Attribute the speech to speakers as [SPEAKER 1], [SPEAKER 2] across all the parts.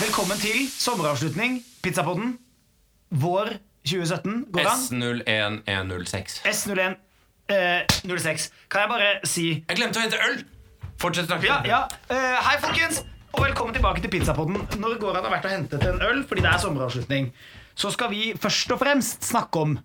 [SPEAKER 1] Velkommen til sommeravslutning, Pizzapodden. Vår 2017. Går det an?
[SPEAKER 2] S01106.
[SPEAKER 1] S01 eh, 06. Kan jeg bare si
[SPEAKER 2] Jeg glemte å hente øl! Fortsett å snakke.
[SPEAKER 1] Ja, ja. Eh, hei, folkens! Og velkommen tilbake til Pizzapodden. Når Goran har vært og hentet en øl, fordi det er sommeravslutning, så skal vi først og fremst snakke om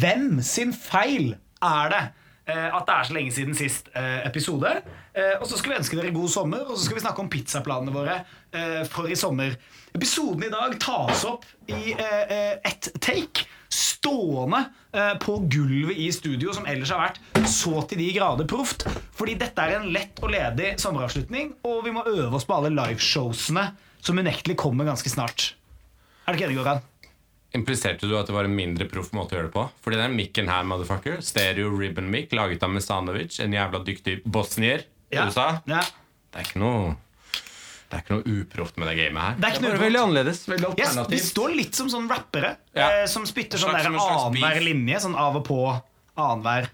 [SPEAKER 1] hvem sin feil er det eh, at det er så lenge siden sist eh, episode. Eh, og så skal vi ønske dere god sommer, og så skal vi snakke om pizzaplanene våre eh, for i sommer. Episoden i dag tas opp i eh, eh, ett take. Stående eh, på gulvet i studio, som ellers har vært så til de grader proft. Fordi dette er en lett og ledig sommeravslutning, og vi må øve oss på alle liveshowsene som unektelig kommer ganske snart. Er du ikke enig, Goran?
[SPEAKER 2] Impliserte du at det var en mindre proff måte å gjøre det på? Fordi den mikken her, motherfucker, stereo ribbon mic laget av Mesanovic, en jævla dyktig bosnier i USA
[SPEAKER 1] Ja.
[SPEAKER 2] Det er ikke noe Det er ikke noe uproft med det gamet her.
[SPEAKER 1] Det er ikke noe
[SPEAKER 2] bare
[SPEAKER 1] uproft.
[SPEAKER 2] veldig annerledes. Veldig
[SPEAKER 1] Yes,
[SPEAKER 2] alternativt.
[SPEAKER 1] vi står litt som sånn rappere
[SPEAKER 2] Ja.
[SPEAKER 1] eh, som spytter sånn
[SPEAKER 2] Slags-
[SPEAKER 1] der
[SPEAKER 2] som en slags
[SPEAKER 1] annenhver
[SPEAKER 2] beef.
[SPEAKER 1] linje. Sånn av og på, annenhver.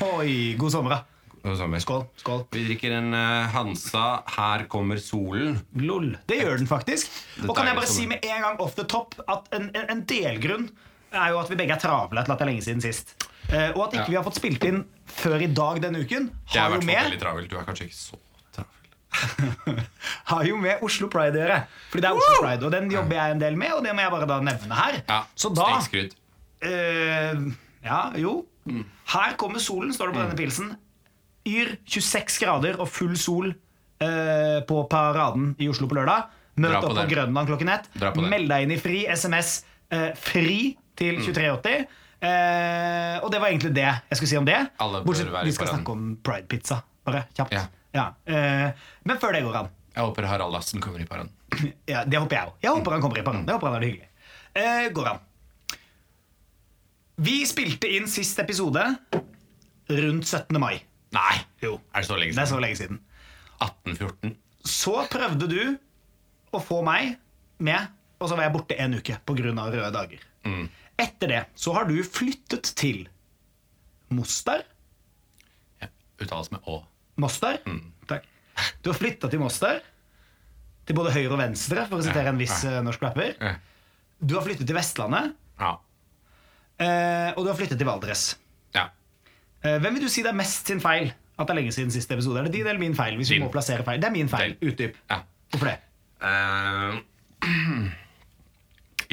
[SPEAKER 1] Oi, god sommer, da.
[SPEAKER 2] God sommer.
[SPEAKER 1] Skål. skål
[SPEAKER 2] Vi drikker en eh, Hansa 'Her kommer solen'.
[SPEAKER 1] Lol. Det gjør den faktisk.
[SPEAKER 2] Det
[SPEAKER 1] Og kan jeg
[SPEAKER 2] deilige
[SPEAKER 1] bare si
[SPEAKER 2] sommer.
[SPEAKER 1] med en gang off the top at en, en, en delgrunn er jo at vi begge er travle til at det er lenge siden sist. Eh, og at ikke
[SPEAKER 2] Ja.
[SPEAKER 1] vi har fått spilt inn før i dag denne uken,
[SPEAKER 2] Jeg
[SPEAKER 1] har
[SPEAKER 2] har
[SPEAKER 1] jo
[SPEAKER 2] vært
[SPEAKER 1] med
[SPEAKER 2] veldig travel. Du er kanskje ikke så travel.
[SPEAKER 1] har jo med Oslo Pride å gjøre. Fordi det er Oslo Pride, og den jobber jeg en del med, og det må jeg bare da nevne her.
[SPEAKER 2] Ja,
[SPEAKER 1] så da
[SPEAKER 2] Snikskryt.
[SPEAKER 1] eh, Ja, jo.
[SPEAKER 2] Mm.
[SPEAKER 1] Her kommer solen, står det på denne pilsen. Yr 26 grader og full sol eh, på paraden i Oslo på lørdag. Møt
[SPEAKER 2] Dra på
[SPEAKER 1] opp på
[SPEAKER 2] den.
[SPEAKER 1] Grønland klokken ett.
[SPEAKER 2] Dra på den.
[SPEAKER 1] Meld deg inn i fri SMS eh, fri til
[SPEAKER 2] Mm.
[SPEAKER 1] 2380. Eh, og det var egentlig det jeg skulle si om det.
[SPEAKER 2] Alle bør
[SPEAKER 1] Bortsett
[SPEAKER 2] være
[SPEAKER 1] vi
[SPEAKER 2] i
[SPEAKER 1] skal
[SPEAKER 2] paraden.
[SPEAKER 1] snakke om Pride-pizza, bare kjapt.
[SPEAKER 2] Ja.
[SPEAKER 1] eh, men før det går an.
[SPEAKER 2] Jeg håper Harald Lassen kommer i paraden.
[SPEAKER 1] Ja, det håper jeg òg. Jeg håper han kommer i paran. Det håper han er det hyggelig. Eh, går an. Vi spilte inn sist episode rundt 17. mai.
[SPEAKER 2] Nei!
[SPEAKER 1] Jo.
[SPEAKER 2] Er det så lenge
[SPEAKER 1] Det er
[SPEAKER 2] siden?
[SPEAKER 1] så lenge siden.
[SPEAKER 2] 1814.
[SPEAKER 1] Så prøvde du å få meg med, og så var jeg borte en uke pga. røde dager. Etter det så har du flyttet til Mostar.
[SPEAKER 2] Ja. Uttales med Å.
[SPEAKER 1] Mostar. Takk. Du har flytta til Mostar. Til både høyre og venstre, for å sitere en viss eh, norsk rapper.
[SPEAKER 2] Ja.
[SPEAKER 1] Du har flyttet til Vestlandet.
[SPEAKER 2] Ja.
[SPEAKER 1] Eh, og du har flyttet til Valdres.
[SPEAKER 2] ja.
[SPEAKER 1] Eh, hvem vil du si det er mest sin feil? At det er lenge siden siste episode? Er det din eller min feil? Hvis vi
[SPEAKER 2] Din.
[SPEAKER 1] må plassere feil? Det er min feil.
[SPEAKER 2] Din.
[SPEAKER 1] Utdyp.
[SPEAKER 2] ja.
[SPEAKER 1] Hvorfor det?
[SPEAKER 2] Eh,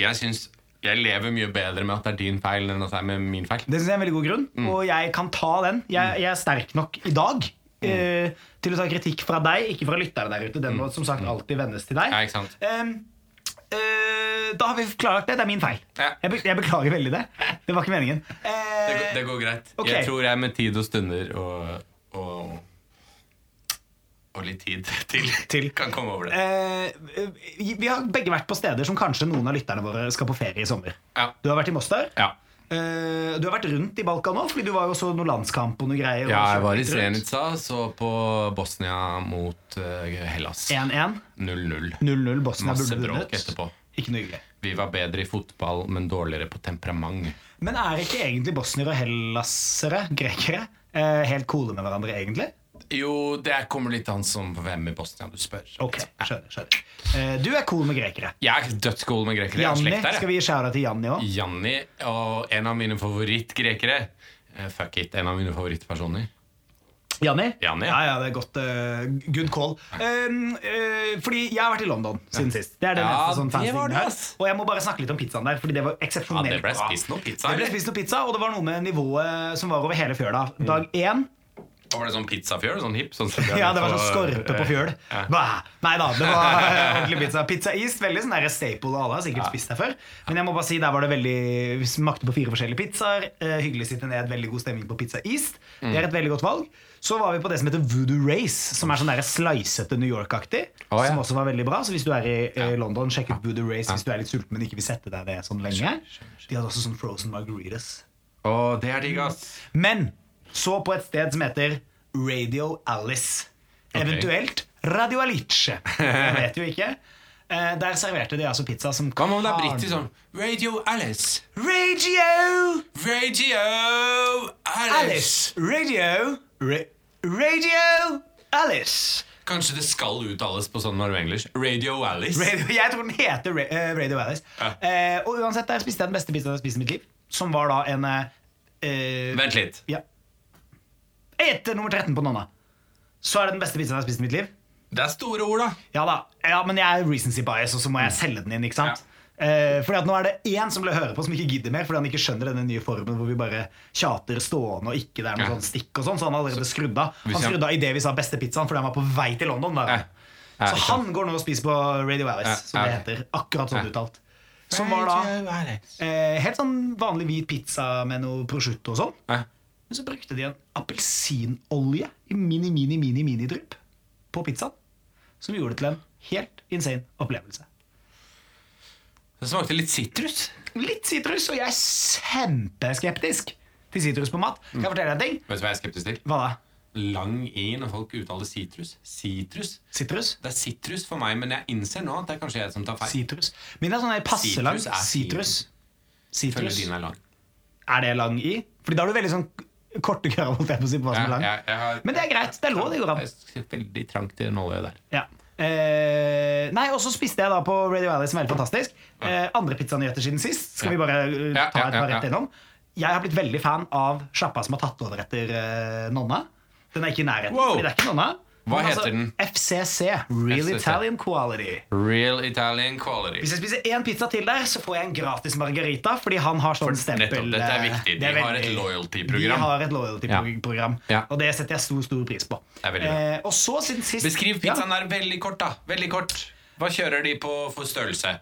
[SPEAKER 2] jeg syns jeg lever mye bedre med at det er din feil enn at det er med min feil.
[SPEAKER 1] Det synes jeg er en veldig god grunn,
[SPEAKER 2] Mm.
[SPEAKER 1] og jeg kan ta den. Jeg, jeg er sterk nok i dag
[SPEAKER 2] Mm.
[SPEAKER 1] eh, til å ta kritikk fra deg, ikke fra lytterne der ute. Den må som sagt alltid vendes til deg.
[SPEAKER 2] Mm. Ja, ikke sant?
[SPEAKER 1] Ehm, eh, da har vi klarlagt det. Det er min feil.
[SPEAKER 2] Ja.
[SPEAKER 1] Jeg, be jeg beklager veldig det. Det var ikke meningen.
[SPEAKER 2] Det,
[SPEAKER 1] Eh,
[SPEAKER 2] går- det går greit.
[SPEAKER 1] ok.
[SPEAKER 2] Jeg tror jeg med tid og stunder og, og og litt tid til,
[SPEAKER 1] Til.
[SPEAKER 2] kan komme over det.
[SPEAKER 1] Eh, vi har begge vært på steder som kanskje noen av lytterne våre skal på ferie i sommer.
[SPEAKER 2] Ja.
[SPEAKER 1] Du har vært i Mostar.
[SPEAKER 2] ja.
[SPEAKER 1] Eh, du har vært rundt i Balkan òg, fordi du var jo også noe landskamp og noe greier.
[SPEAKER 2] ja
[SPEAKER 1] og
[SPEAKER 2] jeg var
[SPEAKER 1] kjørte
[SPEAKER 2] i
[SPEAKER 1] litt rundt.
[SPEAKER 2] Srenica, så på Bosnia mot eh, Hellas.
[SPEAKER 1] 1-1.
[SPEAKER 2] 0-0.
[SPEAKER 1] 0-0 Bosnia
[SPEAKER 2] Masse
[SPEAKER 1] burde
[SPEAKER 2] bråk
[SPEAKER 1] vunnet.
[SPEAKER 2] etterpå.
[SPEAKER 1] Ikke noe hyggelig.
[SPEAKER 2] Vi var bedre i fotball, men dårligere på temperament.
[SPEAKER 1] Men er ikke egentlig bosniere og hellasere, grekere, eh, helt coole med hverandre, egentlig?
[SPEAKER 2] Jo, det kommer litt an som hvem i Bosnia du spør.
[SPEAKER 1] Ok, skjønner, skjønner. Eh, du er cool med grekere.
[SPEAKER 2] Jeg er dødsgod med grekere. Jeg er
[SPEAKER 1] Janni,
[SPEAKER 2] slekt der, jeg.
[SPEAKER 1] skal vi gi skjæra til Janni òg?
[SPEAKER 2] Janni og en av mine favorittgrekere. Eh, Fuck it, en av mine favorittpersoner.
[SPEAKER 1] Janni?
[SPEAKER 2] Janni,
[SPEAKER 1] ja.
[SPEAKER 2] ja.
[SPEAKER 1] ja, det er godt. eh, good call. Um, eh, fordi jeg har vært i London siden sist. Det er det
[SPEAKER 2] Ja,
[SPEAKER 1] neste sånn
[SPEAKER 2] det
[SPEAKER 1] fancy tingen
[SPEAKER 2] var det,
[SPEAKER 1] her.
[SPEAKER 2] ass.
[SPEAKER 1] Og jeg må bare snakke litt om pizzaen der, fordi det var
[SPEAKER 2] Ja,
[SPEAKER 1] eksepsjonelt
[SPEAKER 2] det ble
[SPEAKER 1] bra.
[SPEAKER 2] spist noe pizza.
[SPEAKER 1] Det ble
[SPEAKER 2] eller?
[SPEAKER 1] spist noe pizza, og det var noe med nivået som var over hele fjøla. Dag
[SPEAKER 2] Mm.
[SPEAKER 1] én
[SPEAKER 2] Og Var det sånn pizzafjøl? Sånn hipp? Sånn som vi
[SPEAKER 1] Ja, det
[SPEAKER 2] hadde
[SPEAKER 1] var sånn
[SPEAKER 2] på-
[SPEAKER 1] skorpe på fjøl.
[SPEAKER 2] Ja.
[SPEAKER 1] Bah, Nei da, det var ordentlig pizza. Pizza East, veldig sånn der staple, og alle har sikkert spist der før. Men jeg må bare si, der var det veldig Vi smakte på fire forskjellige pizzaer. Eh, hyggelig å sitte ned, veldig god stemning på Pizza East. Det er et
[SPEAKER 2] Mm.
[SPEAKER 1] veldig godt valg. Så var vi på det som heter Voodoo Race, som er sånn der slicete New York-aktig.
[SPEAKER 2] Å, ja.
[SPEAKER 1] Som også var veldig bra. Så hvis du er i eh, London, sjekk ut Voodoo Race hvis du er litt sulten, men ikke vil sette deg det sånn lenge. De hadde også sånn frozen margaritas.
[SPEAKER 2] Å, det er digg, ass.
[SPEAKER 1] Men så på et sted som heter Radio Alice. Eventuelt Radio Alice. Jeg vet jo ikke. Eh, Der serverte de altså pizza som
[SPEAKER 2] Hva om det er britisk sånn? Radio Alice.
[SPEAKER 1] Radio
[SPEAKER 2] Radio Alice.
[SPEAKER 1] Alice! Radio Ra Radio Alice.
[SPEAKER 2] Kanskje det skal uttales på sånn normenglish. Radio Alice.
[SPEAKER 1] Radio, jeg tror den heter Ra eh, Radio Alice.
[SPEAKER 2] Ja.
[SPEAKER 1] Eh, og uansett, der spiste jeg den beste pizzaen jeg har spist i mitt liv. Som var da en eh,
[SPEAKER 2] Vent litt.
[SPEAKER 1] Ja. Etter nummer 13 på Nonna. Så er det den beste pizzaen jeg har spist i mitt liv.
[SPEAKER 2] Det er store ord, da.
[SPEAKER 1] Ja da, ja, men jeg er recency bias, og så
[SPEAKER 2] Mm.
[SPEAKER 1] må jeg selge den inn. ikke sant? Eh, fordi at Nå er det én som vil høre på, som ikke gidder mer fordi han ikke skjønner denne nye formen hvor vi bare tjater stående og ikke det er noe
[SPEAKER 2] Ja.
[SPEAKER 1] sånn stikk og sånn. Så han har allerede skrudd av. Han
[SPEAKER 2] hvis jeg-
[SPEAKER 1] skrudde av idet vi sa beste pizzaen fordi han var på vei til London. Da.
[SPEAKER 2] Ja. Ja,
[SPEAKER 1] Så
[SPEAKER 2] ikke sant.
[SPEAKER 1] han går nå og spiser på Radio Alice,
[SPEAKER 2] Ja,
[SPEAKER 1] som det
[SPEAKER 2] ja.
[SPEAKER 1] heter. Akkurat sånn
[SPEAKER 2] Ja.
[SPEAKER 1] uttalt. Som var da
[SPEAKER 2] Radio Alice.
[SPEAKER 1] eh, helt sånn vanlig hvit pizza med noe prosciutto og sånn.
[SPEAKER 2] Ja.
[SPEAKER 1] Men så brukte de en appelsinolje i mini-mini-mini-minidrypp på pizzaen. Som gjorde det til en helt insane opplevelse.
[SPEAKER 2] Det smakte litt sitrus.
[SPEAKER 1] Litt sitrus, og jeg er kjempeskeptisk til sitrus på mat. Kan jeg fortelle deg en ting?
[SPEAKER 2] Vet du hva jeg er skeptisk til?
[SPEAKER 1] Hva da?
[SPEAKER 2] Lang i når folk uttaler sitrus. Sitrus.
[SPEAKER 1] Sitrus?
[SPEAKER 2] Det er sitrus for meg, men jeg innser nå at det er kanskje jeg som tar feil.
[SPEAKER 1] Sitrus. Min er sånn her passe lang.
[SPEAKER 2] Sitrus er
[SPEAKER 1] Sitrus.
[SPEAKER 2] Følger
[SPEAKER 1] Sitrus.
[SPEAKER 2] din er lang.
[SPEAKER 1] Er det lang i? Fordi da har du veldig sånn korte krav, holdt jeg på å si, på hva som er lang.
[SPEAKER 2] jeg, jeg har,
[SPEAKER 1] Men det er greit. Det er lov, det går an.
[SPEAKER 2] Jeg er veldig trangt i den olja der.
[SPEAKER 1] Ja. Eh, nei, og så spiste jeg da på Radio Alice, som er helt fantastisk. Eh, andre pizzanyheter siden sist. Skal
[SPEAKER 2] Ja.
[SPEAKER 1] vi bare eh,
[SPEAKER 2] Ja,
[SPEAKER 1] ta
[SPEAKER 2] ja,
[SPEAKER 1] et par
[SPEAKER 2] ja,
[SPEAKER 1] rett
[SPEAKER 2] ja.
[SPEAKER 1] innom? Jeg har blitt veldig fan av sjappa som har tatt over etter eh, Nonna. Den er ikke i nærheten.
[SPEAKER 2] Wow.
[SPEAKER 1] Fordi det er ikke Nonna.
[SPEAKER 2] Hva
[SPEAKER 1] Men altså,
[SPEAKER 2] heter den?
[SPEAKER 1] FCC. Real
[SPEAKER 2] FCC.
[SPEAKER 1] Italian Quality.
[SPEAKER 2] Real Italian quality.
[SPEAKER 1] Hvis jeg spiser én pizza til der, så får jeg en gratis margarita. Fordi han har sånn stempel
[SPEAKER 2] Nettopp, dette er
[SPEAKER 1] eh,
[SPEAKER 2] viktig.
[SPEAKER 1] det er
[SPEAKER 2] De har
[SPEAKER 1] veldig-
[SPEAKER 2] et loyalty-program.
[SPEAKER 1] De har et loyalty-program.
[SPEAKER 2] Ja. Ja.
[SPEAKER 1] Og det setter jeg stor, stor pris på.
[SPEAKER 2] Det er veldig bra.
[SPEAKER 1] Eh, og så siden sist
[SPEAKER 2] Beskriv
[SPEAKER 1] Ja.
[SPEAKER 2] pizzaen der veldig kort, da. Veldig kort. Hva kjører de på for størrelse?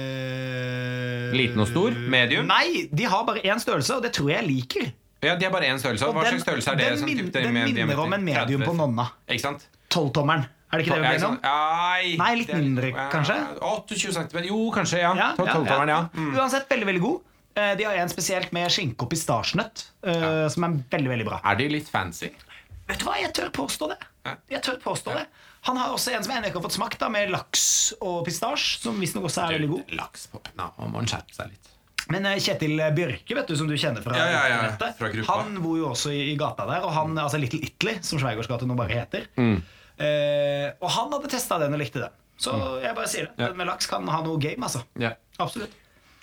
[SPEAKER 1] Eh,
[SPEAKER 2] Liten og stor? Medium?
[SPEAKER 1] Nei, de har bare én størrelse, og det tror jeg jeg liker.
[SPEAKER 2] Ja, De har bare én størrelse. Hva
[SPEAKER 1] den-
[SPEAKER 2] slags størrelse er det?
[SPEAKER 1] den
[SPEAKER 2] sånn
[SPEAKER 1] min-
[SPEAKER 2] typ det
[SPEAKER 1] den
[SPEAKER 2] med
[SPEAKER 1] minner
[SPEAKER 2] diameter?
[SPEAKER 1] om en medium
[SPEAKER 2] 30.
[SPEAKER 1] på nonna.
[SPEAKER 2] Ikke sant?
[SPEAKER 1] Tolvtommeren. Er det ikke det vi
[SPEAKER 2] Ja,
[SPEAKER 1] ble
[SPEAKER 2] ikke
[SPEAKER 1] enige om?
[SPEAKER 2] sant? Nei,
[SPEAKER 1] Nei, litt
[SPEAKER 2] det er-
[SPEAKER 1] mindre, kanskje?
[SPEAKER 2] Ja, 28 cm. Jo, kanskje. Ja.
[SPEAKER 1] Ja,
[SPEAKER 2] Tolv- tolvtommeren, ja. Mm.
[SPEAKER 1] Uansett, veldig, veldig god. Eh, De har en spesielt med skinke og pistasjenøtt, eh, som er veldig, veldig bra.
[SPEAKER 2] Er de litt fancy?
[SPEAKER 1] Vet du hva, jeg tør påstå det.
[SPEAKER 2] Ja.
[SPEAKER 1] Jeg tør påstå det. Han har også en som jeg ennå ikke har fått smakt, da, med laks og pistasje, som visstnok også er veldig god.
[SPEAKER 2] Laks på Nå må man skjerpe seg litt.
[SPEAKER 1] Men eh, Kjetil Bjørke, vet du, som du kjenner fra,
[SPEAKER 2] Ja, ja, ja,
[SPEAKER 1] internettet,
[SPEAKER 2] fra gruppa.
[SPEAKER 1] han bor jo også i, i gata der. Og han, altså Little Italy, som Sveigårdsgata nå bare heter.
[SPEAKER 2] Mm.
[SPEAKER 1] Eh, og han hadde testa den og likte den. Så jeg bare sier det.
[SPEAKER 2] Mm. Ja.
[SPEAKER 1] Den med laks kan ha noe game, altså.
[SPEAKER 2] Ja.
[SPEAKER 1] Absolutt.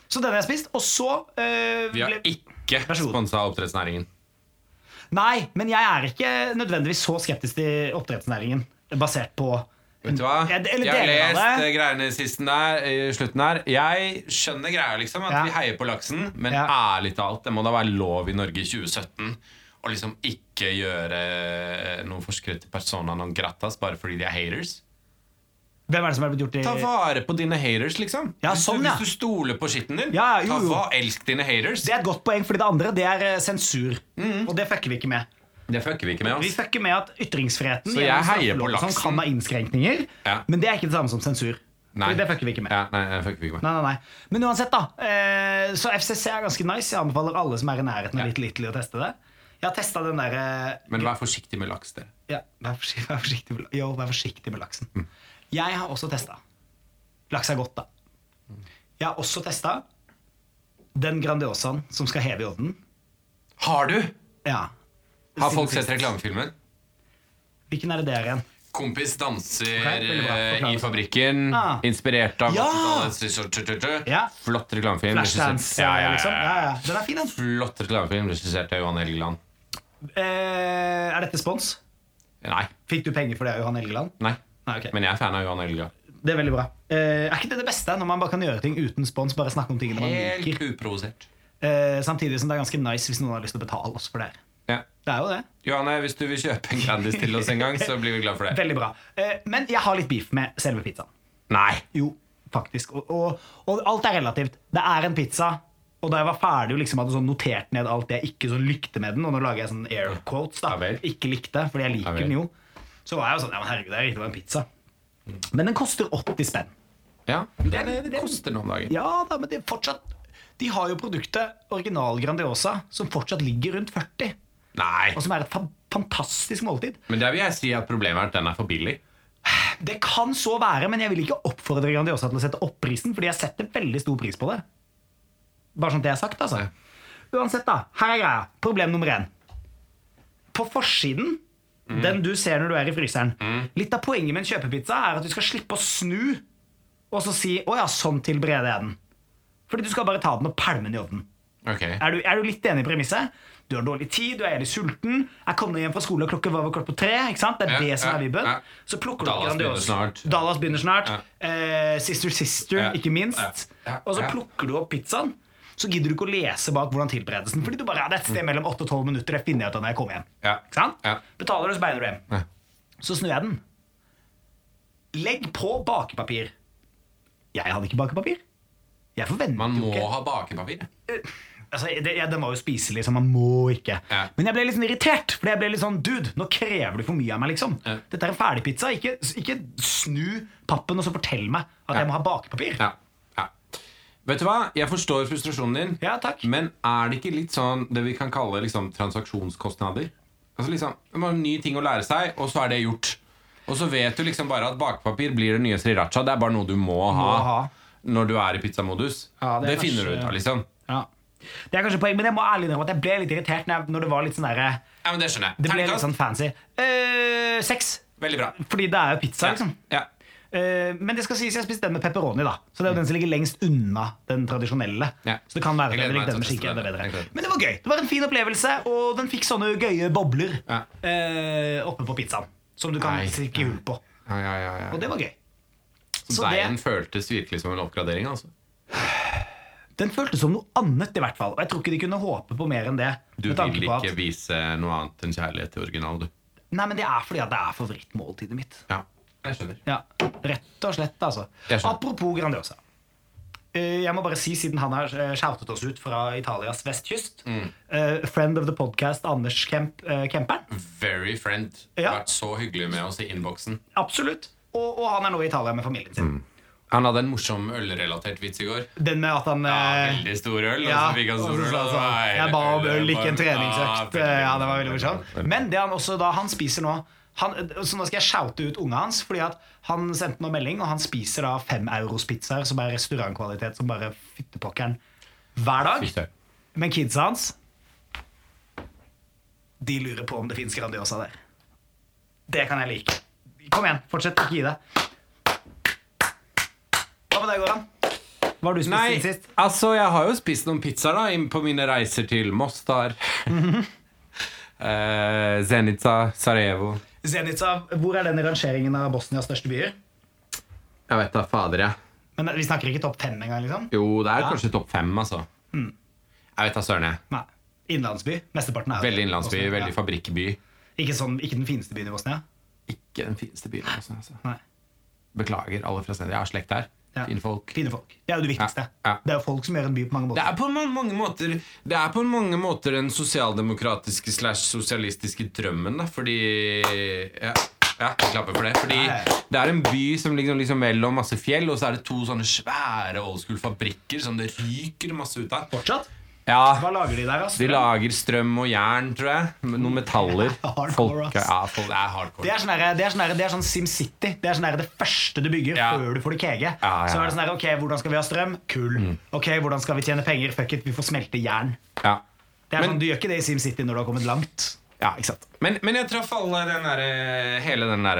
[SPEAKER 1] Så den har jeg spist. Og så eh,
[SPEAKER 2] Vi har
[SPEAKER 1] ble-
[SPEAKER 2] ikke
[SPEAKER 1] Vær så god.
[SPEAKER 2] sponsa oppdrettsnæringen.
[SPEAKER 1] Nei, men jeg er ikke nødvendigvis så skeptisk til oppdrettsnæringen basert på
[SPEAKER 2] Vet du hva?
[SPEAKER 1] Ja, det- eller
[SPEAKER 2] jeg har
[SPEAKER 1] deler av
[SPEAKER 2] lest
[SPEAKER 1] det.
[SPEAKER 2] eh, greiene i sisten der, i slutten her. Jeg skjønner greia, liksom, at
[SPEAKER 1] Ja.
[SPEAKER 2] vi heier på laksen. Men
[SPEAKER 1] Ja.
[SPEAKER 2] ærlig talt, det må da være lov i Norge i 2017 å liksom ikke gjøre eh, noen forskere til persona non gratas bare fordi de er haters.
[SPEAKER 1] Hvem er det som er blitt gjort i
[SPEAKER 2] Ta vare på dine haters, liksom.
[SPEAKER 1] Eh. Ja,
[SPEAKER 2] hvis,
[SPEAKER 1] sånn,
[SPEAKER 2] du,
[SPEAKER 1] ja.
[SPEAKER 2] hvis du stoler på skitten din,
[SPEAKER 1] Ja, jo, jo.
[SPEAKER 2] ta va- elsk dine haters.
[SPEAKER 1] Det er et godt poeng, fordi det andre det er eh, sensur.
[SPEAKER 2] Mm.
[SPEAKER 1] Og det fucker vi ikke med.
[SPEAKER 2] Det fucker vi ikke med.
[SPEAKER 1] Vi
[SPEAKER 2] Ass.
[SPEAKER 1] fucker med at ytringsfriheten
[SPEAKER 2] Altså- Så jeg
[SPEAKER 1] gjennom
[SPEAKER 2] heier på
[SPEAKER 1] straffeloven
[SPEAKER 2] laksen.
[SPEAKER 1] Som kan ha innskrenkninger,
[SPEAKER 2] Ja.
[SPEAKER 1] men det er ikke det samme som sensur.
[SPEAKER 2] Nei.
[SPEAKER 1] Fordi Det fucker vi ikke med.
[SPEAKER 2] Ja, nei, det fucker vi ikke med.
[SPEAKER 1] Nei, nei, nei. Men uansett, da. eh, Så FCC er ganske nice. Jeg anbefaler alle som er i nærheten av Little Italy, å teste det. Jeg har testa den derre
[SPEAKER 2] Men vær forsiktig med laks, dere.
[SPEAKER 1] ja, vær, forsiktig, vær, forsiktig med, jo, vær forsiktig med laksen.
[SPEAKER 2] Mm.
[SPEAKER 1] Jeg har også testa. Laks er godt, da. Jeg har også testa den Grandiosaen som skal heve i ovnen.
[SPEAKER 2] Har du?
[SPEAKER 1] Ja.
[SPEAKER 2] Har folk
[SPEAKER 1] Siden
[SPEAKER 2] sett
[SPEAKER 1] sist.
[SPEAKER 2] reklamefilmen?
[SPEAKER 1] Hvilken er det der igjen?
[SPEAKER 2] Kompis danser
[SPEAKER 1] Ok, veldig bra.
[SPEAKER 2] eh,
[SPEAKER 1] Forklar.
[SPEAKER 2] i fabrikken,
[SPEAKER 1] Ah.
[SPEAKER 2] inspirert av
[SPEAKER 1] Ja!
[SPEAKER 2] 80-tallet.
[SPEAKER 1] Ja.
[SPEAKER 2] Flott reklamefilm.
[SPEAKER 1] Flashdance,
[SPEAKER 2] regissert- ja, ja,
[SPEAKER 1] liksom?
[SPEAKER 2] ja,
[SPEAKER 1] Ja,
[SPEAKER 2] ja.
[SPEAKER 1] ja. Den er fin, den.
[SPEAKER 2] Flott reklamefilm regissert av Johan Helgeland.
[SPEAKER 1] Eh, er dette spons?
[SPEAKER 2] Nei.
[SPEAKER 1] Fikk du penger for det, Johan Helgeland?
[SPEAKER 2] nei.
[SPEAKER 1] Nei, ok.
[SPEAKER 2] Men jeg er fan av Johan Helgeland.
[SPEAKER 1] Det er veldig bra. Eh, er ikke det det beste, når man bare kan gjøre ting uten spons? Bare snakke om tingene man
[SPEAKER 2] Helt
[SPEAKER 1] liker
[SPEAKER 2] uprovosert.
[SPEAKER 1] eh, Samtidig som det er ganske nice hvis noen har lyst til å betale oss for det. her.
[SPEAKER 2] Ja.
[SPEAKER 1] Det er jo det.
[SPEAKER 2] Johanne, hvis du vil kjøpe en Grandis til oss en gang, så blir vi glad for det.
[SPEAKER 1] Veldig bra. Eh, men jeg har litt beef med selve pizzaen.
[SPEAKER 2] Nei!
[SPEAKER 1] Jo, faktisk. Og, og, og alt er relativt. Det er en pizza. Og da jeg var ferdig og liksom hadde sånn notert ned alt det jeg ikke sånn likte med den, og nå lager jeg sånn air quotes, da.
[SPEAKER 2] Ja vel.
[SPEAKER 1] Ikke likte, fordi jeg
[SPEAKER 2] Ja
[SPEAKER 1] liker
[SPEAKER 2] vel.
[SPEAKER 1] den jo. Så var jeg jo sånn Ja, men herregud, det er riktig, det var en pizza. Men den koster 80 spenn.
[SPEAKER 2] Ja, det, det, det koster noen dager.
[SPEAKER 1] Ja da, men det er fortsatt De har jo produktet original Grandiosa, som fortsatt ligger rundt 40.
[SPEAKER 2] Nei.
[SPEAKER 1] Og som er et fa fantastisk måltid.
[SPEAKER 2] Men der vil jeg si at problemet er at den er for billig.
[SPEAKER 1] Det kan så være, men jeg vil ikke oppfordre Grandiosa til å sette opp prisen, fordi jeg setter veldig stor pris på det. Bare sånn at det er sagt, altså. Uansett, da. Her er greia. Problem nummer én. På forsiden Den du ser når du er i fryseren. Litt av poenget med en kjøpepizza er at du skal slippe å snu og så si 'Å ja, sånn tilbereder jeg den'. Fordi du skal bare ta den og pælme den i ovnen.
[SPEAKER 2] Ok.
[SPEAKER 1] Er du, er du litt enig i premisset? Du har dårlig tid, du er jævlig sulten. Jeg kom deg hjem fra skole, og klokka var vel kvart på tre. ikke sant? Det er
[SPEAKER 2] Ja,
[SPEAKER 1] det som er
[SPEAKER 2] ja,
[SPEAKER 1] vibben.
[SPEAKER 2] ja.
[SPEAKER 1] Så plukker du
[SPEAKER 2] Dallas
[SPEAKER 1] opp Grandiose.
[SPEAKER 2] begynner snart.
[SPEAKER 1] Dallas begynner snart. Eh, sister Sister,
[SPEAKER 2] Ja,
[SPEAKER 1] ikke minst.
[SPEAKER 2] ja, ja,
[SPEAKER 1] Og så
[SPEAKER 2] ja.
[SPEAKER 1] plukker du opp pizzaen. Så gidder du ikke å lese bak hvordan tilberedes den. Fordi du bare, ja, det er et sted mellom 8 og 12 minutter. Det finner jeg ut av når jeg kommer hjem.
[SPEAKER 2] Ja.
[SPEAKER 1] Ikke sant?
[SPEAKER 2] Mm. Ja.
[SPEAKER 1] Betaler du, så beiner du hjem.
[SPEAKER 2] Ja.
[SPEAKER 1] Så snur jeg den. Legg på bakepapir. Jeg hadde ikke bakepapir. Jeg forventer
[SPEAKER 2] Man
[SPEAKER 1] jo
[SPEAKER 2] må
[SPEAKER 1] ikke
[SPEAKER 2] ha bakepapir.
[SPEAKER 1] Altså, det, ja, den var jo spiselig, så man må ikke.
[SPEAKER 2] Ja.
[SPEAKER 1] Men jeg ble litt sånn irritert, for jeg ble litt sånn Dude, nå krever du for mye av meg, liksom.
[SPEAKER 2] Ja.
[SPEAKER 1] Dette er en ferdigpizza. Ikke, ikke snu pappen og så fortell meg at
[SPEAKER 2] Ja.
[SPEAKER 1] jeg må ha bakepapir.
[SPEAKER 2] Ja. ja. Vet du hva? Jeg forstår frustrasjonen din.
[SPEAKER 1] Ja, takk.
[SPEAKER 2] Men er det ikke litt sånn det vi kan kalle liksom, transaksjonskostnader? Altså liksom, det var en ny ting å lære seg, og så er det gjort. Og så vet du liksom bare at bakepapir blir det nye sriracha. Det er bare noe du må ha,
[SPEAKER 1] ha.
[SPEAKER 2] når du er i pizzamodus.
[SPEAKER 1] Ja,
[SPEAKER 2] det
[SPEAKER 1] det er kanskje-
[SPEAKER 2] finner du ut av, liksom.
[SPEAKER 1] Ja. Det er kanskje poeng, men jeg må ærlig innrømme at jeg ble litt irritert når, jeg, når det var litt sånn derre
[SPEAKER 2] Ja, men det skjønner jeg.
[SPEAKER 1] Det ble litt
[SPEAKER 2] Terningkast.
[SPEAKER 1] sånn fancy. Eh, seks.
[SPEAKER 2] Veldig bra.
[SPEAKER 1] Fordi det er jo pizza, liksom.
[SPEAKER 2] Ja.
[SPEAKER 1] Eh, men det skal sies jeg spiste den med pepperoni, da. Så det er jo den som ligger lengst unna den tradisjonelle.
[SPEAKER 2] Ja.
[SPEAKER 1] Så det kan være at
[SPEAKER 2] Jeg
[SPEAKER 1] jeg ville
[SPEAKER 2] gleder
[SPEAKER 1] likt
[SPEAKER 2] meg
[SPEAKER 1] den med
[SPEAKER 2] til å
[SPEAKER 1] skinke
[SPEAKER 2] teste
[SPEAKER 1] enda
[SPEAKER 2] den.
[SPEAKER 1] bedre.
[SPEAKER 2] Jeg gleder meg.
[SPEAKER 1] Men det var gøy. Det var en fin opplevelse, og den fikk sånne gøye bobler
[SPEAKER 2] Ja.
[SPEAKER 1] eh, oppe på pizzaen. Som du kan
[SPEAKER 2] Nei.
[SPEAKER 1] stikke hull på.
[SPEAKER 2] Ja, ja, ja, ja.
[SPEAKER 1] Og det var gøy. Så
[SPEAKER 2] Så Deigen
[SPEAKER 1] det,
[SPEAKER 2] føltes virkelig som en oppgradering, altså.
[SPEAKER 1] den føltes som noe annet, i hvert fall. Og jeg tror ikke de kunne håpe på mer enn det.
[SPEAKER 2] Du
[SPEAKER 1] med tanke
[SPEAKER 2] vil
[SPEAKER 1] på
[SPEAKER 2] ikke
[SPEAKER 1] at,
[SPEAKER 2] vise noe annet enn kjærlighet til original, du.
[SPEAKER 1] Nei, men det er fordi at det er favorittmåltidet mitt.
[SPEAKER 2] Ja, jeg skjønner.
[SPEAKER 1] Ja, Rett og slett, altså.
[SPEAKER 2] Jeg skjønner.
[SPEAKER 1] Apropos Grandiosa. Eh, Jeg må bare si, siden han har eh, shoutet oss ut fra Italias vestkyst
[SPEAKER 2] Mm.
[SPEAKER 1] eh, Friend of the podcast Anders Kemp, eh, Kemperen.
[SPEAKER 2] Very friend.
[SPEAKER 1] Ja.
[SPEAKER 2] Vært så hyggelig med oss i innboksen.
[SPEAKER 1] Absolutt. Og, og han er nå i Italia med familien sin.
[SPEAKER 2] Mm. Han hadde en morsom ølrelatert vits i går.
[SPEAKER 1] Den med at han
[SPEAKER 2] Ja,
[SPEAKER 1] eh,
[SPEAKER 2] veldig stor øl, og
[SPEAKER 1] ja,
[SPEAKER 2] så fikk han
[SPEAKER 1] og
[SPEAKER 2] stor
[SPEAKER 1] så
[SPEAKER 2] øl.
[SPEAKER 1] sa han
[SPEAKER 2] og så
[SPEAKER 1] sånn,
[SPEAKER 2] var
[SPEAKER 1] Jeg ba om øl, ikke en
[SPEAKER 2] Ja,
[SPEAKER 1] treningsøkt.
[SPEAKER 2] veldig
[SPEAKER 1] Ja, det var veldig
[SPEAKER 2] bra.
[SPEAKER 1] morsomt. Men det han også da han spiser nå han, så nå skal jeg shoute ut unga hans, fordi at han sendte nå melding, og han spiser da femeurspizzaer som er restaurantkvalitet som bare fyttepokkeren hver dag.
[SPEAKER 2] Fy søren.
[SPEAKER 1] Men kidsa hans De lurer på om det fins Grandiosa der. Det kan jeg like. Kom igjen, fortsett. Ikke gi deg. Hva med deg, Goran? Hva har du spist siden
[SPEAKER 2] Nei,
[SPEAKER 1] sist?
[SPEAKER 2] altså jeg har jo spist noen pizzaer da inn på mine reiser til Mostar. Eh, Zenica, Sarajevo
[SPEAKER 1] Zenica, hvor er den i rangeringen av Bosnias største byer?
[SPEAKER 2] Jeg vet da, fader jeg
[SPEAKER 1] Men Vi snakker ikke topp fem engang, liksom?
[SPEAKER 2] Jo, det er kanskje topp fem, altså
[SPEAKER 1] Mm.
[SPEAKER 2] Jeg vet da, søren jeg
[SPEAKER 1] Nei. Innlandsby. Mesteparten er
[SPEAKER 2] Veldig innlandsby,
[SPEAKER 1] Bosnia,
[SPEAKER 2] veldig fabrikkby
[SPEAKER 1] Ja. Ikke, sånn, ikke den fineste byen i Bosnia?
[SPEAKER 2] Ikke den fineste byen også, altså.
[SPEAKER 1] Nei.
[SPEAKER 2] Beklager alle fra stedet, jeg har slekt der
[SPEAKER 1] Ja.
[SPEAKER 2] Fine folk
[SPEAKER 1] Fine folk. Det er jo det viktigste.
[SPEAKER 2] Ja, ja.
[SPEAKER 1] Det er jo folk som gjør en by på mange
[SPEAKER 2] Det
[SPEAKER 1] måter.
[SPEAKER 2] er på mange, mange måter Det er på mange måter den sosialdemokratiske slash sosialistiske drømmen, da, fordi ja. Ja, jeg klapper for det. Fordi
[SPEAKER 1] Nei.
[SPEAKER 2] det er en by som liksom, liksom mellom masse fjell, og så er det to sånne svære old school fabrikker som det ryker masse ut av.
[SPEAKER 1] Fortsatt? Hva
[SPEAKER 2] Ja,
[SPEAKER 1] lager de der? Altså?
[SPEAKER 2] De lager strøm og jern, tror jeg. med Noen metaller.
[SPEAKER 1] Hardcore, ass.
[SPEAKER 2] ja, folk det er
[SPEAKER 1] Det
[SPEAKER 2] hardcore.
[SPEAKER 1] er sånn, der, det er sånn, der, det er sånn SimCity. Det er sånn der, det første du bygger
[SPEAKER 2] Ja.
[SPEAKER 1] før du får det kege.
[SPEAKER 2] Ja, Mm. ja,
[SPEAKER 1] Så er
[SPEAKER 2] ja.
[SPEAKER 1] det sånn der, ok, Hvordan skal vi ha strøm? Kull. Ok, Hvordan skal vi tjene penger? Fuck it, vi får smelte jern.
[SPEAKER 2] Ja.
[SPEAKER 1] Det er
[SPEAKER 2] Men-
[SPEAKER 1] sånn, Du gjør ikke det i SimCity når du har kommet langt.
[SPEAKER 2] Ja, ikke sant Men, men jeg traff alle den der, eh, hele den der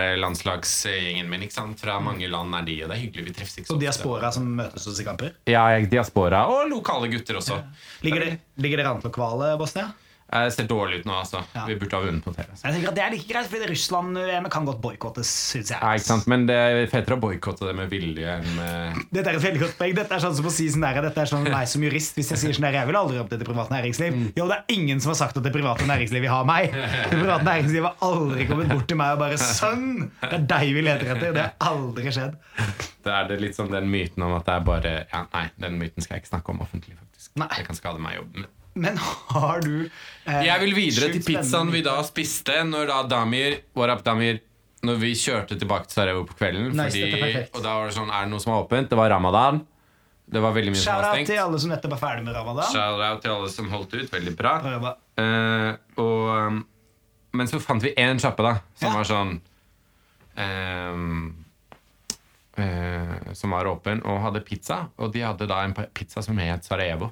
[SPEAKER 2] landslagsgjengen min. ikke sant? Fra mange land er de, og det er hyggelig. Vi treffes ikke
[SPEAKER 1] Og
[SPEAKER 2] så ofte.
[SPEAKER 1] diaspora som møtes hos i kamper.
[SPEAKER 2] Ja, jeg- diaspora og lokale gutter også.
[SPEAKER 1] Ligger dere, ligger dere an til å kvale Bosnia?
[SPEAKER 2] Jeg ser dårlig ut nå, altså.
[SPEAKER 1] Ja.
[SPEAKER 2] Vi burde ha vunnet mot dere. Altså.
[SPEAKER 1] Jeg tenker at Det er like greit, fordi det Russland-VM kan godt boikottes. synes jeg.
[SPEAKER 2] Ja, ikke sant? Men det er fetere å boikotte det med vilje enn eh, med
[SPEAKER 1] Dette er et veldig godt poeng. Dette er sånn som å si sånn der, dette er sånn meg som jurist. Hvis jeg sier sånn der, jeg vil aldri jobbe til det private næringsliv. Jo, det er ingen som har sagt at det private næringslivet har meg. Det private næringslivet har aldri kommet bort til meg og bare Sønn! Det er deg vi leter etter. Det har aldri skjedd.
[SPEAKER 2] Det er det litt sånn den myten om at det er bare Ja, nei, den myten skal jeg ikke snakke om offentlig, faktisk.
[SPEAKER 1] Nei.
[SPEAKER 2] Det kan skade meg i jobben min.
[SPEAKER 1] Men har du eh,
[SPEAKER 2] Jeg vil videre til
[SPEAKER 1] sjukt
[SPEAKER 2] pizzaen
[SPEAKER 1] spennende-
[SPEAKER 2] vi da spiste når da Damir What up, Damir? Når vi kjørte tilbake til Sarajevo på kvelden.
[SPEAKER 1] Nice, dette er
[SPEAKER 2] fordi,
[SPEAKER 1] perfekt.
[SPEAKER 2] og da var det sånn Er det noe som er åpent? Det var ramadan. Det var veldig mye som var
[SPEAKER 1] Shout-out
[SPEAKER 2] stengt.
[SPEAKER 1] til alle som nettopp er ferdig med ramadan.
[SPEAKER 2] Shout-out til alle som holdt ut. Veldig bra.
[SPEAKER 1] Bra jobba.
[SPEAKER 2] Eh, og, um, men så fant vi én sjappe, da, som
[SPEAKER 1] Ja.
[SPEAKER 2] var sånn ehm, eh, Som var åpen og hadde pizza. Og de hadde da en pa- pizza som het Sarajevo.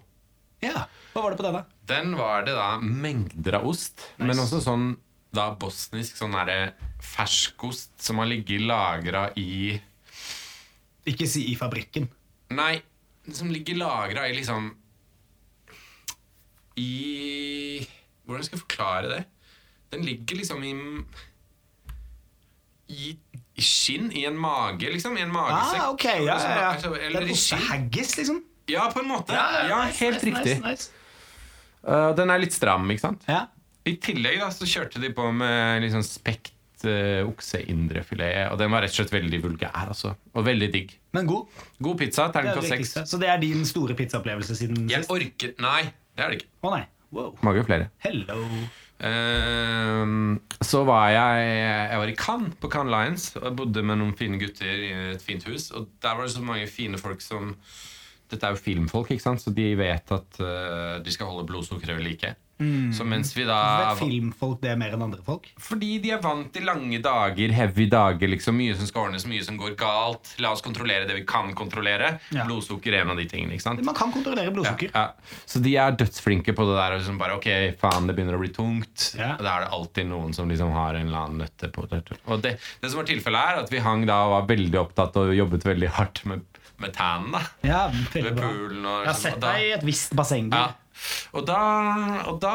[SPEAKER 1] Ja. Hva var det på denne?
[SPEAKER 2] Den var det da mengder av ost, men også sånn da bosnisk sånn derre ferskost som har ligget lagra i
[SPEAKER 1] Ikke si i fabrikken.
[SPEAKER 2] Nei, som ligger lagra i liksom I Hvordan skal jeg forklare det? Den ligger liksom i I, i skinn, i en mage, liksom. I en magesekk.
[SPEAKER 1] Ah, ok, ja, ja, ja.
[SPEAKER 2] Altså,
[SPEAKER 1] Det
[SPEAKER 2] Eller
[SPEAKER 1] er
[SPEAKER 2] i skinn.
[SPEAKER 1] ostehaggis, liksom?
[SPEAKER 2] Ja, på en måte. Ja,
[SPEAKER 1] nice,
[SPEAKER 2] helt
[SPEAKER 1] nice,
[SPEAKER 2] riktig.
[SPEAKER 1] Nice, nice.
[SPEAKER 2] Uh, den er litt stram, ikke sant?
[SPEAKER 1] Ja.
[SPEAKER 2] I tillegg da, så kjørte de på med liksom spekt uh, okseindrefilet, og den var rett og slett veldig vulgær, altså. Og veldig digg.
[SPEAKER 1] Men god.
[SPEAKER 2] God
[SPEAKER 1] Det
[SPEAKER 2] pizza,
[SPEAKER 1] er
[SPEAKER 2] terningkast
[SPEAKER 1] jo
[SPEAKER 2] seks.
[SPEAKER 1] riktig. Så det er din store pizzaopplevelse siden
[SPEAKER 2] Jeg
[SPEAKER 1] sist?
[SPEAKER 2] orket Nei, det er det ikke.
[SPEAKER 1] Å nei. Wow.
[SPEAKER 2] Mange flere.
[SPEAKER 1] Hello.
[SPEAKER 2] Ehm, så var jeg Jeg var i Cannes, på Cannes Lions, og jeg bodde med noen fine gutter i et fint hus. Og der var det så mange fine folk som Dette er jo filmfolk, ikke sant, så de vet at eh, de skal holde blodsukkeret ved like. Så mens vi da
[SPEAKER 1] Mm. Vet filmfolk det mer enn andre folk?
[SPEAKER 2] Fordi de er vant til lange dager, heavy dager, liksom. Mye som skal ordnes, mye som går galt. La oss kontrollere det vi kan kontrollere.
[SPEAKER 1] Ja.
[SPEAKER 2] Blodsukker er en av de tingene, ikke sant?
[SPEAKER 1] Man kan kontrollere blodsukker.
[SPEAKER 2] Ja. Så de er dødsflinke på det der. Og liksom bare, ok, faen, det begynner å bli tungt.
[SPEAKER 1] Ja.
[SPEAKER 2] Og da er det alltid noen som liksom har en eller annen nøtte på det. Og det, det som var tilfellet, er at vi hang da og var veldig opptatt og jobbet veldig hardt med, med tannen. da.
[SPEAKER 1] Ja, veldig
[SPEAKER 2] Ved
[SPEAKER 1] bra.
[SPEAKER 2] poolen og
[SPEAKER 1] Jeg har
[SPEAKER 2] liksom,
[SPEAKER 1] sett
[SPEAKER 2] og da-
[SPEAKER 1] deg i et visst basseng. du.
[SPEAKER 2] ja. Og, da, og da,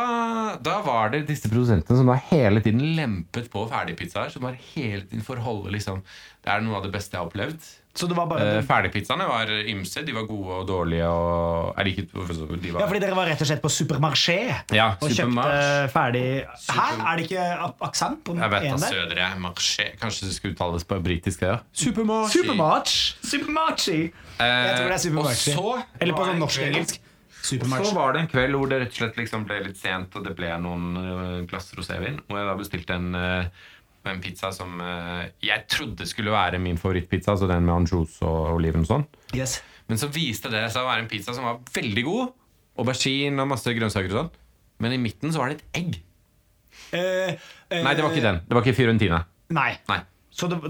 [SPEAKER 2] da var det disse produsentene som da hele tiden lempet på ferdigpizzaer. Som var hele tiden forholdet liksom Det er noe av det beste jeg har opplevd.
[SPEAKER 1] Så det var bare
[SPEAKER 2] Eh, Ferdigpizzaene var ymse. De var gode og dårlige og Jeg liket for så vidt de
[SPEAKER 1] Ja,
[SPEAKER 2] var
[SPEAKER 1] fordi dere var rett og slett på supermarché
[SPEAKER 2] Ja,
[SPEAKER 1] og
[SPEAKER 2] supermarché.
[SPEAKER 1] kjøpte ferdig Hæ?
[SPEAKER 2] Super-
[SPEAKER 1] Er det ikke a- aksent på den
[SPEAKER 2] Jeg vet da
[SPEAKER 1] ene der?
[SPEAKER 2] sødre Marché. Kanskje det skal uttales på britisk? Ja. Supermarché.
[SPEAKER 1] Supermarch! Supermarchi! Jeg tror det er supermarchi.
[SPEAKER 2] Eh, og så
[SPEAKER 1] Eller på
[SPEAKER 2] var
[SPEAKER 1] sånn
[SPEAKER 2] det
[SPEAKER 1] norsk-engelsk.
[SPEAKER 2] Så
[SPEAKER 1] Supermarch.
[SPEAKER 2] var det en kveld hvor det rett og slett liksom ble litt sent, og det ble noen øh, glass rosévin. Og jeg da bestilte en, øh, en pizza som øh, jeg trodde skulle være min favorittpizza, altså den med ansjos og oliven og sånn.
[SPEAKER 1] Yes.
[SPEAKER 2] Men så viste det seg å være en pizza som var veldig god. Aubergine og masse grønnsaker og sånn. Men i midten så var det et egg.
[SPEAKER 1] Eh, eh,
[SPEAKER 2] Nei, det var ikke den. Det var ikke Fiorentina.
[SPEAKER 1] Nei.
[SPEAKER 2] Nei.
[SPEAKER 1] Så det,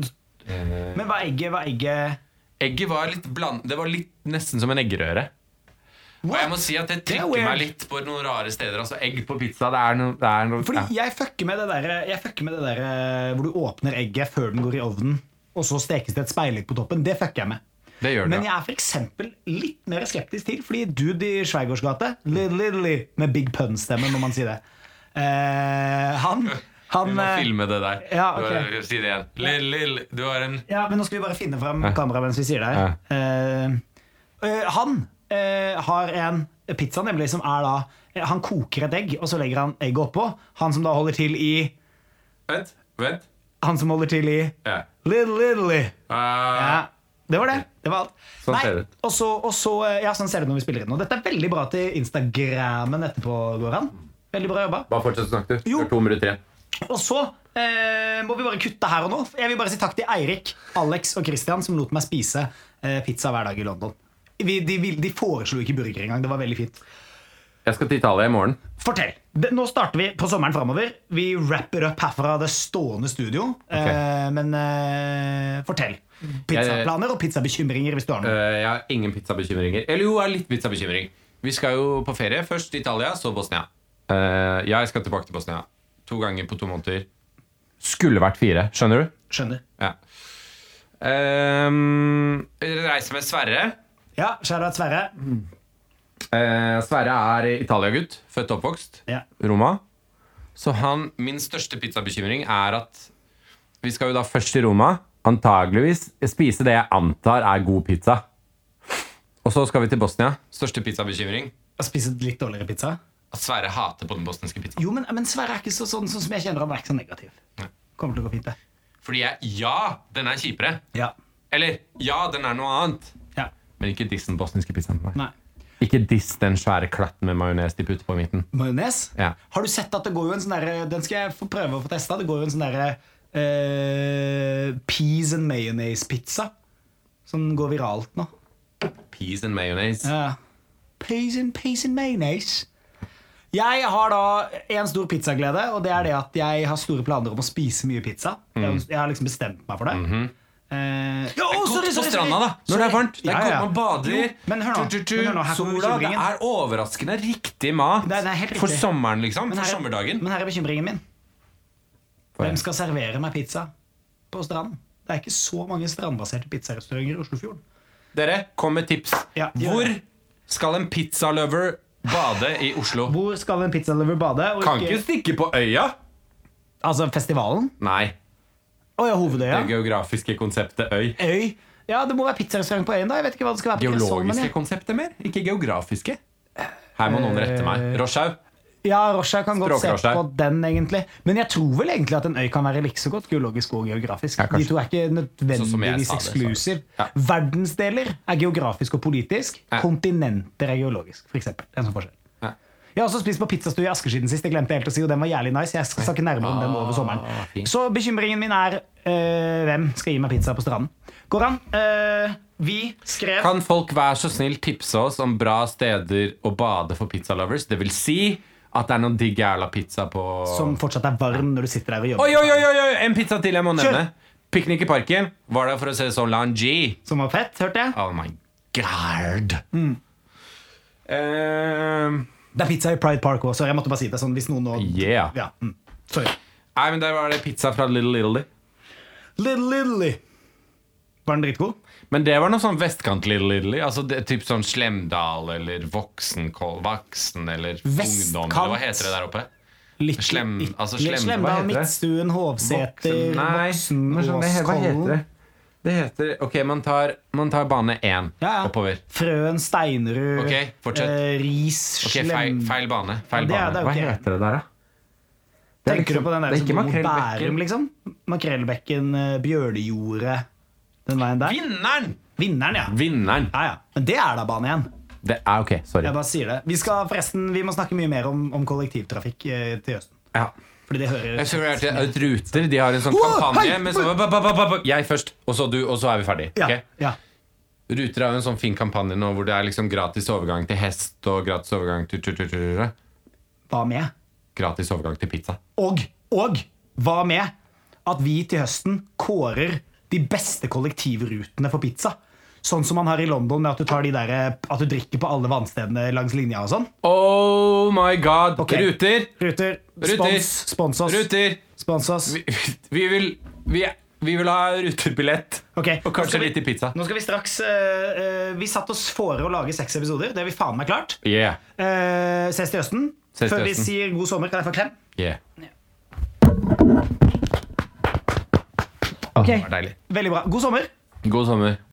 [SPEAKER 1] men var egget var egget
[SPEAKER 2] Egget var litt bland... Det var litt nesten som en eggerøre. Og jeg må si at det
[SPEAKER 1] Det er
[SPEAKER 2] trykker
[SPEAKER 1] weird.
[SPEAKER 2] meg litt på noen rare steder. Altså egg på pizza, det er noe, det er noe
[SPEAKER 1] Fordi
[SPEAKER 2] ja.
[SPEAKER 1] jeg fucker med det der, jeg fucker med det der eh, hvor du åpner egget før den går i ovnen, og så stekes det et speilegg på toppen. Det fucker jeg med.
[SPEAKER 2] Det gjør det,
[SPEAKER 1] Men jeg
[SPEAKER 2] ja.
[SPEAKER 1] er for eksempel litt mer skeptisk til, fordi dude i Schweigårds gate Little Little med big pun-stemme når man sier det. Eh, han
[SPEAKER 2] Vi
[SPEAKER 1] han
[SPEAKER 2] må
[SPEAKER 1] eh,
[SPEAKER 2] filme det der.
[SPEAKER 1] ja,
[SPEAKER 2] Du
[SPEAKER 1] ok.
[SPEAKER 2] har- Si det igjen. Lill, lill, du har en
[SPEAKER 1] Ja, men nå skal vi bare finne fram kameraet mens vi sier det her. Eh, eh, han eh, har en pizza nemlig som er da eh, Han koker et egg, og så legger han egget oppå. Han som da holder til i
[SPEAKER 2] Vent. Vent.
[SPEAKER 1] Han som holder til i
[SPEAKER 2] Ja.
[SPEAKER 1] Little Little.
[SPEAKER 2] Uh,
[SPEAKER 1] Ja, det var det. Det var alt.
[SPEAKER 2] Sånn
[SPEAKER 1] Nei,
[SPEAKER 2] ser det ut.
[SPEAKER 1] Og så, og så, ja, sånn ser det ut når vi spiller inn. Og dette er veldig bra til Instagrammen etterpå, Goran. Veldig bra jobba.
[SPEAKER 2] Bare fortsett å snakke, du.
[SPEAKER 1] Jo.
[SPEAKER 2] Du har to minutter igjen.
[SPEAKER 1] Og så eh, må vi bare kutte her og nå. Jeg vil bare si takk til Eirik, Alex og Christian som lot meg spise eh, pizza hver dag i London. Vi, de, vil- de foreslo ikke burger engang. Det var veldig fint.
[SPEAKER 2] Jeg skal til Italia i morgen.
[SPEAKER 1] Fortell. Det, nå starter vi på sommeren framover. Vi wrapper opp herfra det stående studio. Eh, men eh, fortell. Pizzaplaner og pizzabekymringer hvis du har
[SPEAKER 2] Eh,
[SPEAKER 1] noe.
[SPEAKER 2] jeg har ingen pizzabekymringer. Eller jo, jeg har litt pizzabekymring. Vi skal jo på ferie. Først Italia, så Bosnia. Eh, jeg skal tilbake til Bosnia. To ganger på to måneder. Skulle vært fire. Skjønner du?
[SPEAKER 1] Skjønner.
[SPEAKER 2] Ja. Ehm, reise med Sverre.
[SPEAKER 1] Ja, Skjæra Sverre.
[SPEAKER 2] Eh, Sverre er Italia-gutt. Født og oppvokst.
[SPEAKER 1] Ja.
[SPEAKER 2] Roma. Så han, min største pizzabekymring er at vi skal jo da først til Roma, antageligvis spise det jeg antar er god pizza. Og så skal vi til Bosnia. Største pizzabekymring.
[SPEAKER 1] Å spise litt dårligere pizza?
[SPEAKER 2] At Sverre hater på den bosniske pizzaen.
[SPEAKER 1] Jo, men, men Sverre er ikke så, sånn, sånn som jeg kjenner han. er ikke så negativ. Kommer til å gå fint, det.
[SPEAKER 2] Fordi jeg, ja, den er kjipere.
[SPEAKER 1] Ja.
[SPEAKER 2] Eller ja, den er noe annet.
[SPEAKER 1] ja.
[SPEAKER 2] Men ikke diss den bosniske pizzaen. Nei.
[SPEAKER 1] Nei.
[SPEAKER 2] Ikke diss den svære klatten med majones de putter på midten.
[SPEAKER 1] Majones?
[SPEAKER 2] Ja.
[SPEAKER 1] Har du sett at det går jo en sånn derre Den skal jeg få prøve å få testa. Det går jo en sånn derre eh, peas and mayonnaise-pizza. Som går viralt nå.
[SPEAKER 2] Peas and mayonnaise.
[SPEAKER 1] Ja. Peas and, peas and mayonnaise. Jeg har da en stor pizzaglede, og det er det at jeg har store planer om å spise mye pizza.
[SPEAKER 2] Mm.
[SPEAKER 1] Jeg, jeg har liksom bestemt meg for det.
[SPEAKER 2] Mhm.
[SPEAKER 1] Eh, ja, å,
[SPEAKER 2] Godt
[SPEAKER 1] sorry, sorry,
[SPEAKER 2] på
[SPEAKER 1] sorry.
[SPEAKER 2] stranda, da. Når det er varmt. Det er
[SPEAKER 1] Ja, ja, ja.
[SPEAKER 2] godt man bader.
[SPEAKER 1] Jo, men hør nå,
[SPEAKER 2] Tu, tu, tu,
[SPEAKER 1] men hør nå, her kommer
[SPEAKER 2] Sola. Det
[SPEAKER 1] bekymringen.
[SPEAKER 2] er overraskende riktig mat
[SPEAKER 1] Det er- det er helt
[SPEAKER 2] for
[SPEAKER 1] riktig.
[SPEAKER 2] sommeren, liksom.
[SPEAKER 1] Men
[SPEAKER 2] For
[SPEAKER 1] her er-
[SPEAKER 2] sommerdagen.
[SPEAKER 1] Men her er bekymringen min. Hvem skal servere meg pizza på stranden? Det er ikke så mange strandbaserte pizzarestauranter i Oslofjorden.
[SPEAKER 2] Dere, kom med tips.
[SPEAKER 1] Ja, gjør
[SPEAKER 2] Hvor
[SPEAKER 1] det.
[SPEAKER 2] skal en pizzalover bade i Oslo?
[SPEAKER 1] Hvor skal en pizzalover bade? Og
[SPEAKER 2] Kan ikke stikke på øya!
[SPEAKER 1] Altså festivalen?
[SPEAKER 2] Nei.
[SPEAKER 1] Å ja, Hovedøya.
[SPEAKER 2] Det geografiske konseptet øy.
[SPEAKER 1] Øy. Ja, det må være pizzarestaurant på øyen, da. Jeg vet ikke hva det sånn, skal være. på Krødsholmen,
[SPEAKER 2] Geologiske
[SPEAKER 1] jeg.
[SPEAKER 2] konseptet mer, ikke geografiske. Her må noen rette
[SPEAKER 1] Eh,
[SPEAKER 2] meg. Roshaug.
[SPEAKER 1] Ja, Rosha kan godt se
[SPEAKER 2] Språkrosha.
[SPEAKER 1] på den, egentlig. Men jeg tror vel egentlig at en øy kan være like så godt geologisk og geografisk.
[SPEAKER 2] Ja, kanskje. Sånn
[SPEAKER 1] De to er ikke
[SPEAKER 2] som jeg
[SPEAKER 1] nødvendigvis
[SPEAKER 2] sa det, så-
[SPEAKER 1] eksklusiv.
[SPEAKER 2] Ja.
[SPEAKER 1] Verdensdeler er geografisk og politisk.
[SPEAKER 2] Ja.
[SPEAKER 1] Kontinenter er geologisk, for eksempel. Det er en sånn forskjell.
[SPEAKER 2] Ja.
[SPEAKER 1] Jeg har også spist på pizzastue i Askersiden sist. Jeg glemte helt å si, og den var jævlig nice. Jeg skal snakke nærmere om den over sommeren.
[SPEAKER 2] Ah, fint.
[SPEAKER 1] Så bekymringen min er eh, hvem skal gi meg pizza på stranden? Går an? Eh, vi skrev
[SPEAKER 2] Kan folk være så snill tipse oss om bra steder å bade for pizzalovers? Det vil si at det er noen digg jævla pizza på
[SPEAKER 1] som fortsatt er varm når du sitter der og
[SPEAKER 2] Oi,
[SPEAKER 1] jobber.
[SPEAKER 2] oi, oi, oi, oi, en pizza til jeg må
[SPEAKER 1] Kjør.
[SPEAKER 2] nevne. Piknik i parken var der for å se Solange. G.
[SPEAKER 1] Som var fett, hørte jeg.
[SPEAKER 2] Oh my god.
[SPEAKER 1] Mm.
[SPEAKER 2] Eh,
[SPEAKER 1] Det er pizza i Pride Park også. Jeg måtte bare si det sånn hvis noen nå
[SPEAKER 2] yeah.
[SPEAKER 1] ja. mm. Sorry.
[SPEAKER 2] Nei, men der var det pizza fra Little Little.
[SPEAKER 1] Little Lily. Var den dritgod?
[SPEAKER 2] Men det var noe sånn vestkant-Little Little. Altså det, typ sånn Slemdal eller Voksenkoll Vaksen eller Ungdom.
[SPEAKER 1] Vestkant.
[SPEAKER 2] Eller hva heter det der oppe?
[SPEAKER 1] Litt,
[SPEAKER 2] Slem- altså
[SPEAKER 1] litt-
[SPEAKER 2] slem- hva
[SPEAKER 1] Slemdal,
[SPEAKER 2] heter det?
[SPEAKER 1] Midtstuen, Hovseter,
[SPEAKER 2] Voksen- Nei, hva skjønner jeg- hva heter
[SPEAKER 1] Åskollen.
[SPEAKER 2] det? Det heter Ok, man tar, man tar bane én
[SPEAKER 1] Ja, ja.
[SPEAKER 2] oppover.
[SPEAKER 1] Frøen, Steinrud,
[SPEAKER 2] Ok, fortsett.
[SPEAKER 1] eh, Ris,
[SPEAKER 2] Ok, feil,
[SPEAKER 1] Slem...
[SPEAKER 2] feil bane.
[SPEAKER 1] Ja,
[SPEAKER 2] Feil bane.
[SPEAKER 1] det er- det er
[SPEAKER 2] Hva
[SPEAKER 1] ok.
[SPEAKER 2] heter det der, da? Det er
[SPEAKER 1] Tenker
[SPEAKER 2] liksom-
[SPEAKER 1] du på den der
[SPEAKER 2] det er
[SPEAKER 1] som
[SPEAKER 2] ikke
[SPEAKER 1] går mot
[SPEAKER 2] Makrellbekken.
[SPEAKER 1] Bærum, liksom? Makrellbekken, eh, Bjørnejordet, den veien der.
[SPEAKER 2] Vinneren!
[SPEAKER 1] Vinneren, ja.
[SPEAKER 2] Vinneren.
[SPEAKER 1] ja, ja. Men det er da bane igjen.
[SPEAKER 2] Det er ok, sorry.
[SPEAKER 1] Jeg bare sier det. Vi skal forresten, vi må snakke mye mer om, om kollektivtrafikk eh, til høsten.
[SPEAKER 2] Ja.
[SPEAKER 1] Fordi det hører
[SPEAKER 2] Jeg tror det er til Ruter. De har en sånn
[SPEAKER 1] Wow,
[SPEAKER 2] kampanje
[SPEAKER 1] hei!
[SPEAKER 2] med sånn ba, ba, ba, ba, ba. Jeg først, og så du, og så er vi ferdig.
[SPEAKER 1] Ja,
[SPEAKER 2] ok?
[SPEAKER 1] ja.
[SPEAKER 2] Ruter har jo en sånn fin kampanje nå hvor det er liksom gratis overgang til hest og gratis overgang til tur, tur, tur, tur, tur.
[SPEAKER 1] Hva med?
[SPEAKER 2] Gratis overgang til pizza.
[SPEAKER 1] Og, og hva med at vi til høsten kårer de beste kollektivrutene for pizza? Sånn som man har i London, med at du, tar de der, eh, at du drikker på alle vannstedene langs linja og sånn.
[SPEAKER 2] Oh my god!
[SPEAKER 1] Ok.
[SPEAKER 2] Ruter!
[SPEAKER 1] Ruter,
[SPEAKER 2] Ruter!
[SPEAKER 1] spons, spons oss.
[SPEAKER 2] Ruter!
[SPEAKER 1] Spons oss.
[SPEAKER 2] Vi, vi vil vi, vi vil ha ruterbillett.
[SPEAKER 1] Ok,
[SPEAKER 2] Og
[SPEAKER 1] nå skal
[SPEAKER 2] kanskje
[SPEAKER 1] vi-
[SPEAKER 2] litt i pizza.
[SPEAKER 1] Nå skal vi straks eh, eh, Vi satt oss fore å lage seks episoder. Det har vi faen meg klart.
[SPEAKER 2] Yeah.
[SPEAKER 1] Eh, ses til høsten.
[SPEAKER 2] Ses til
[SPEAKER 1] Før vi
[SPEAKER 2] høsten.
[SPEAKER 1] sier god sommer, kan jeg få klem?
[SPEAKER 2] yeah.
[SPEAKER 1] Ok.
[SPEAKER 2] Det var deilig.
[SPEAKER 1] Veldig bra. God sommer.
[SPEAKER 2] God sommer.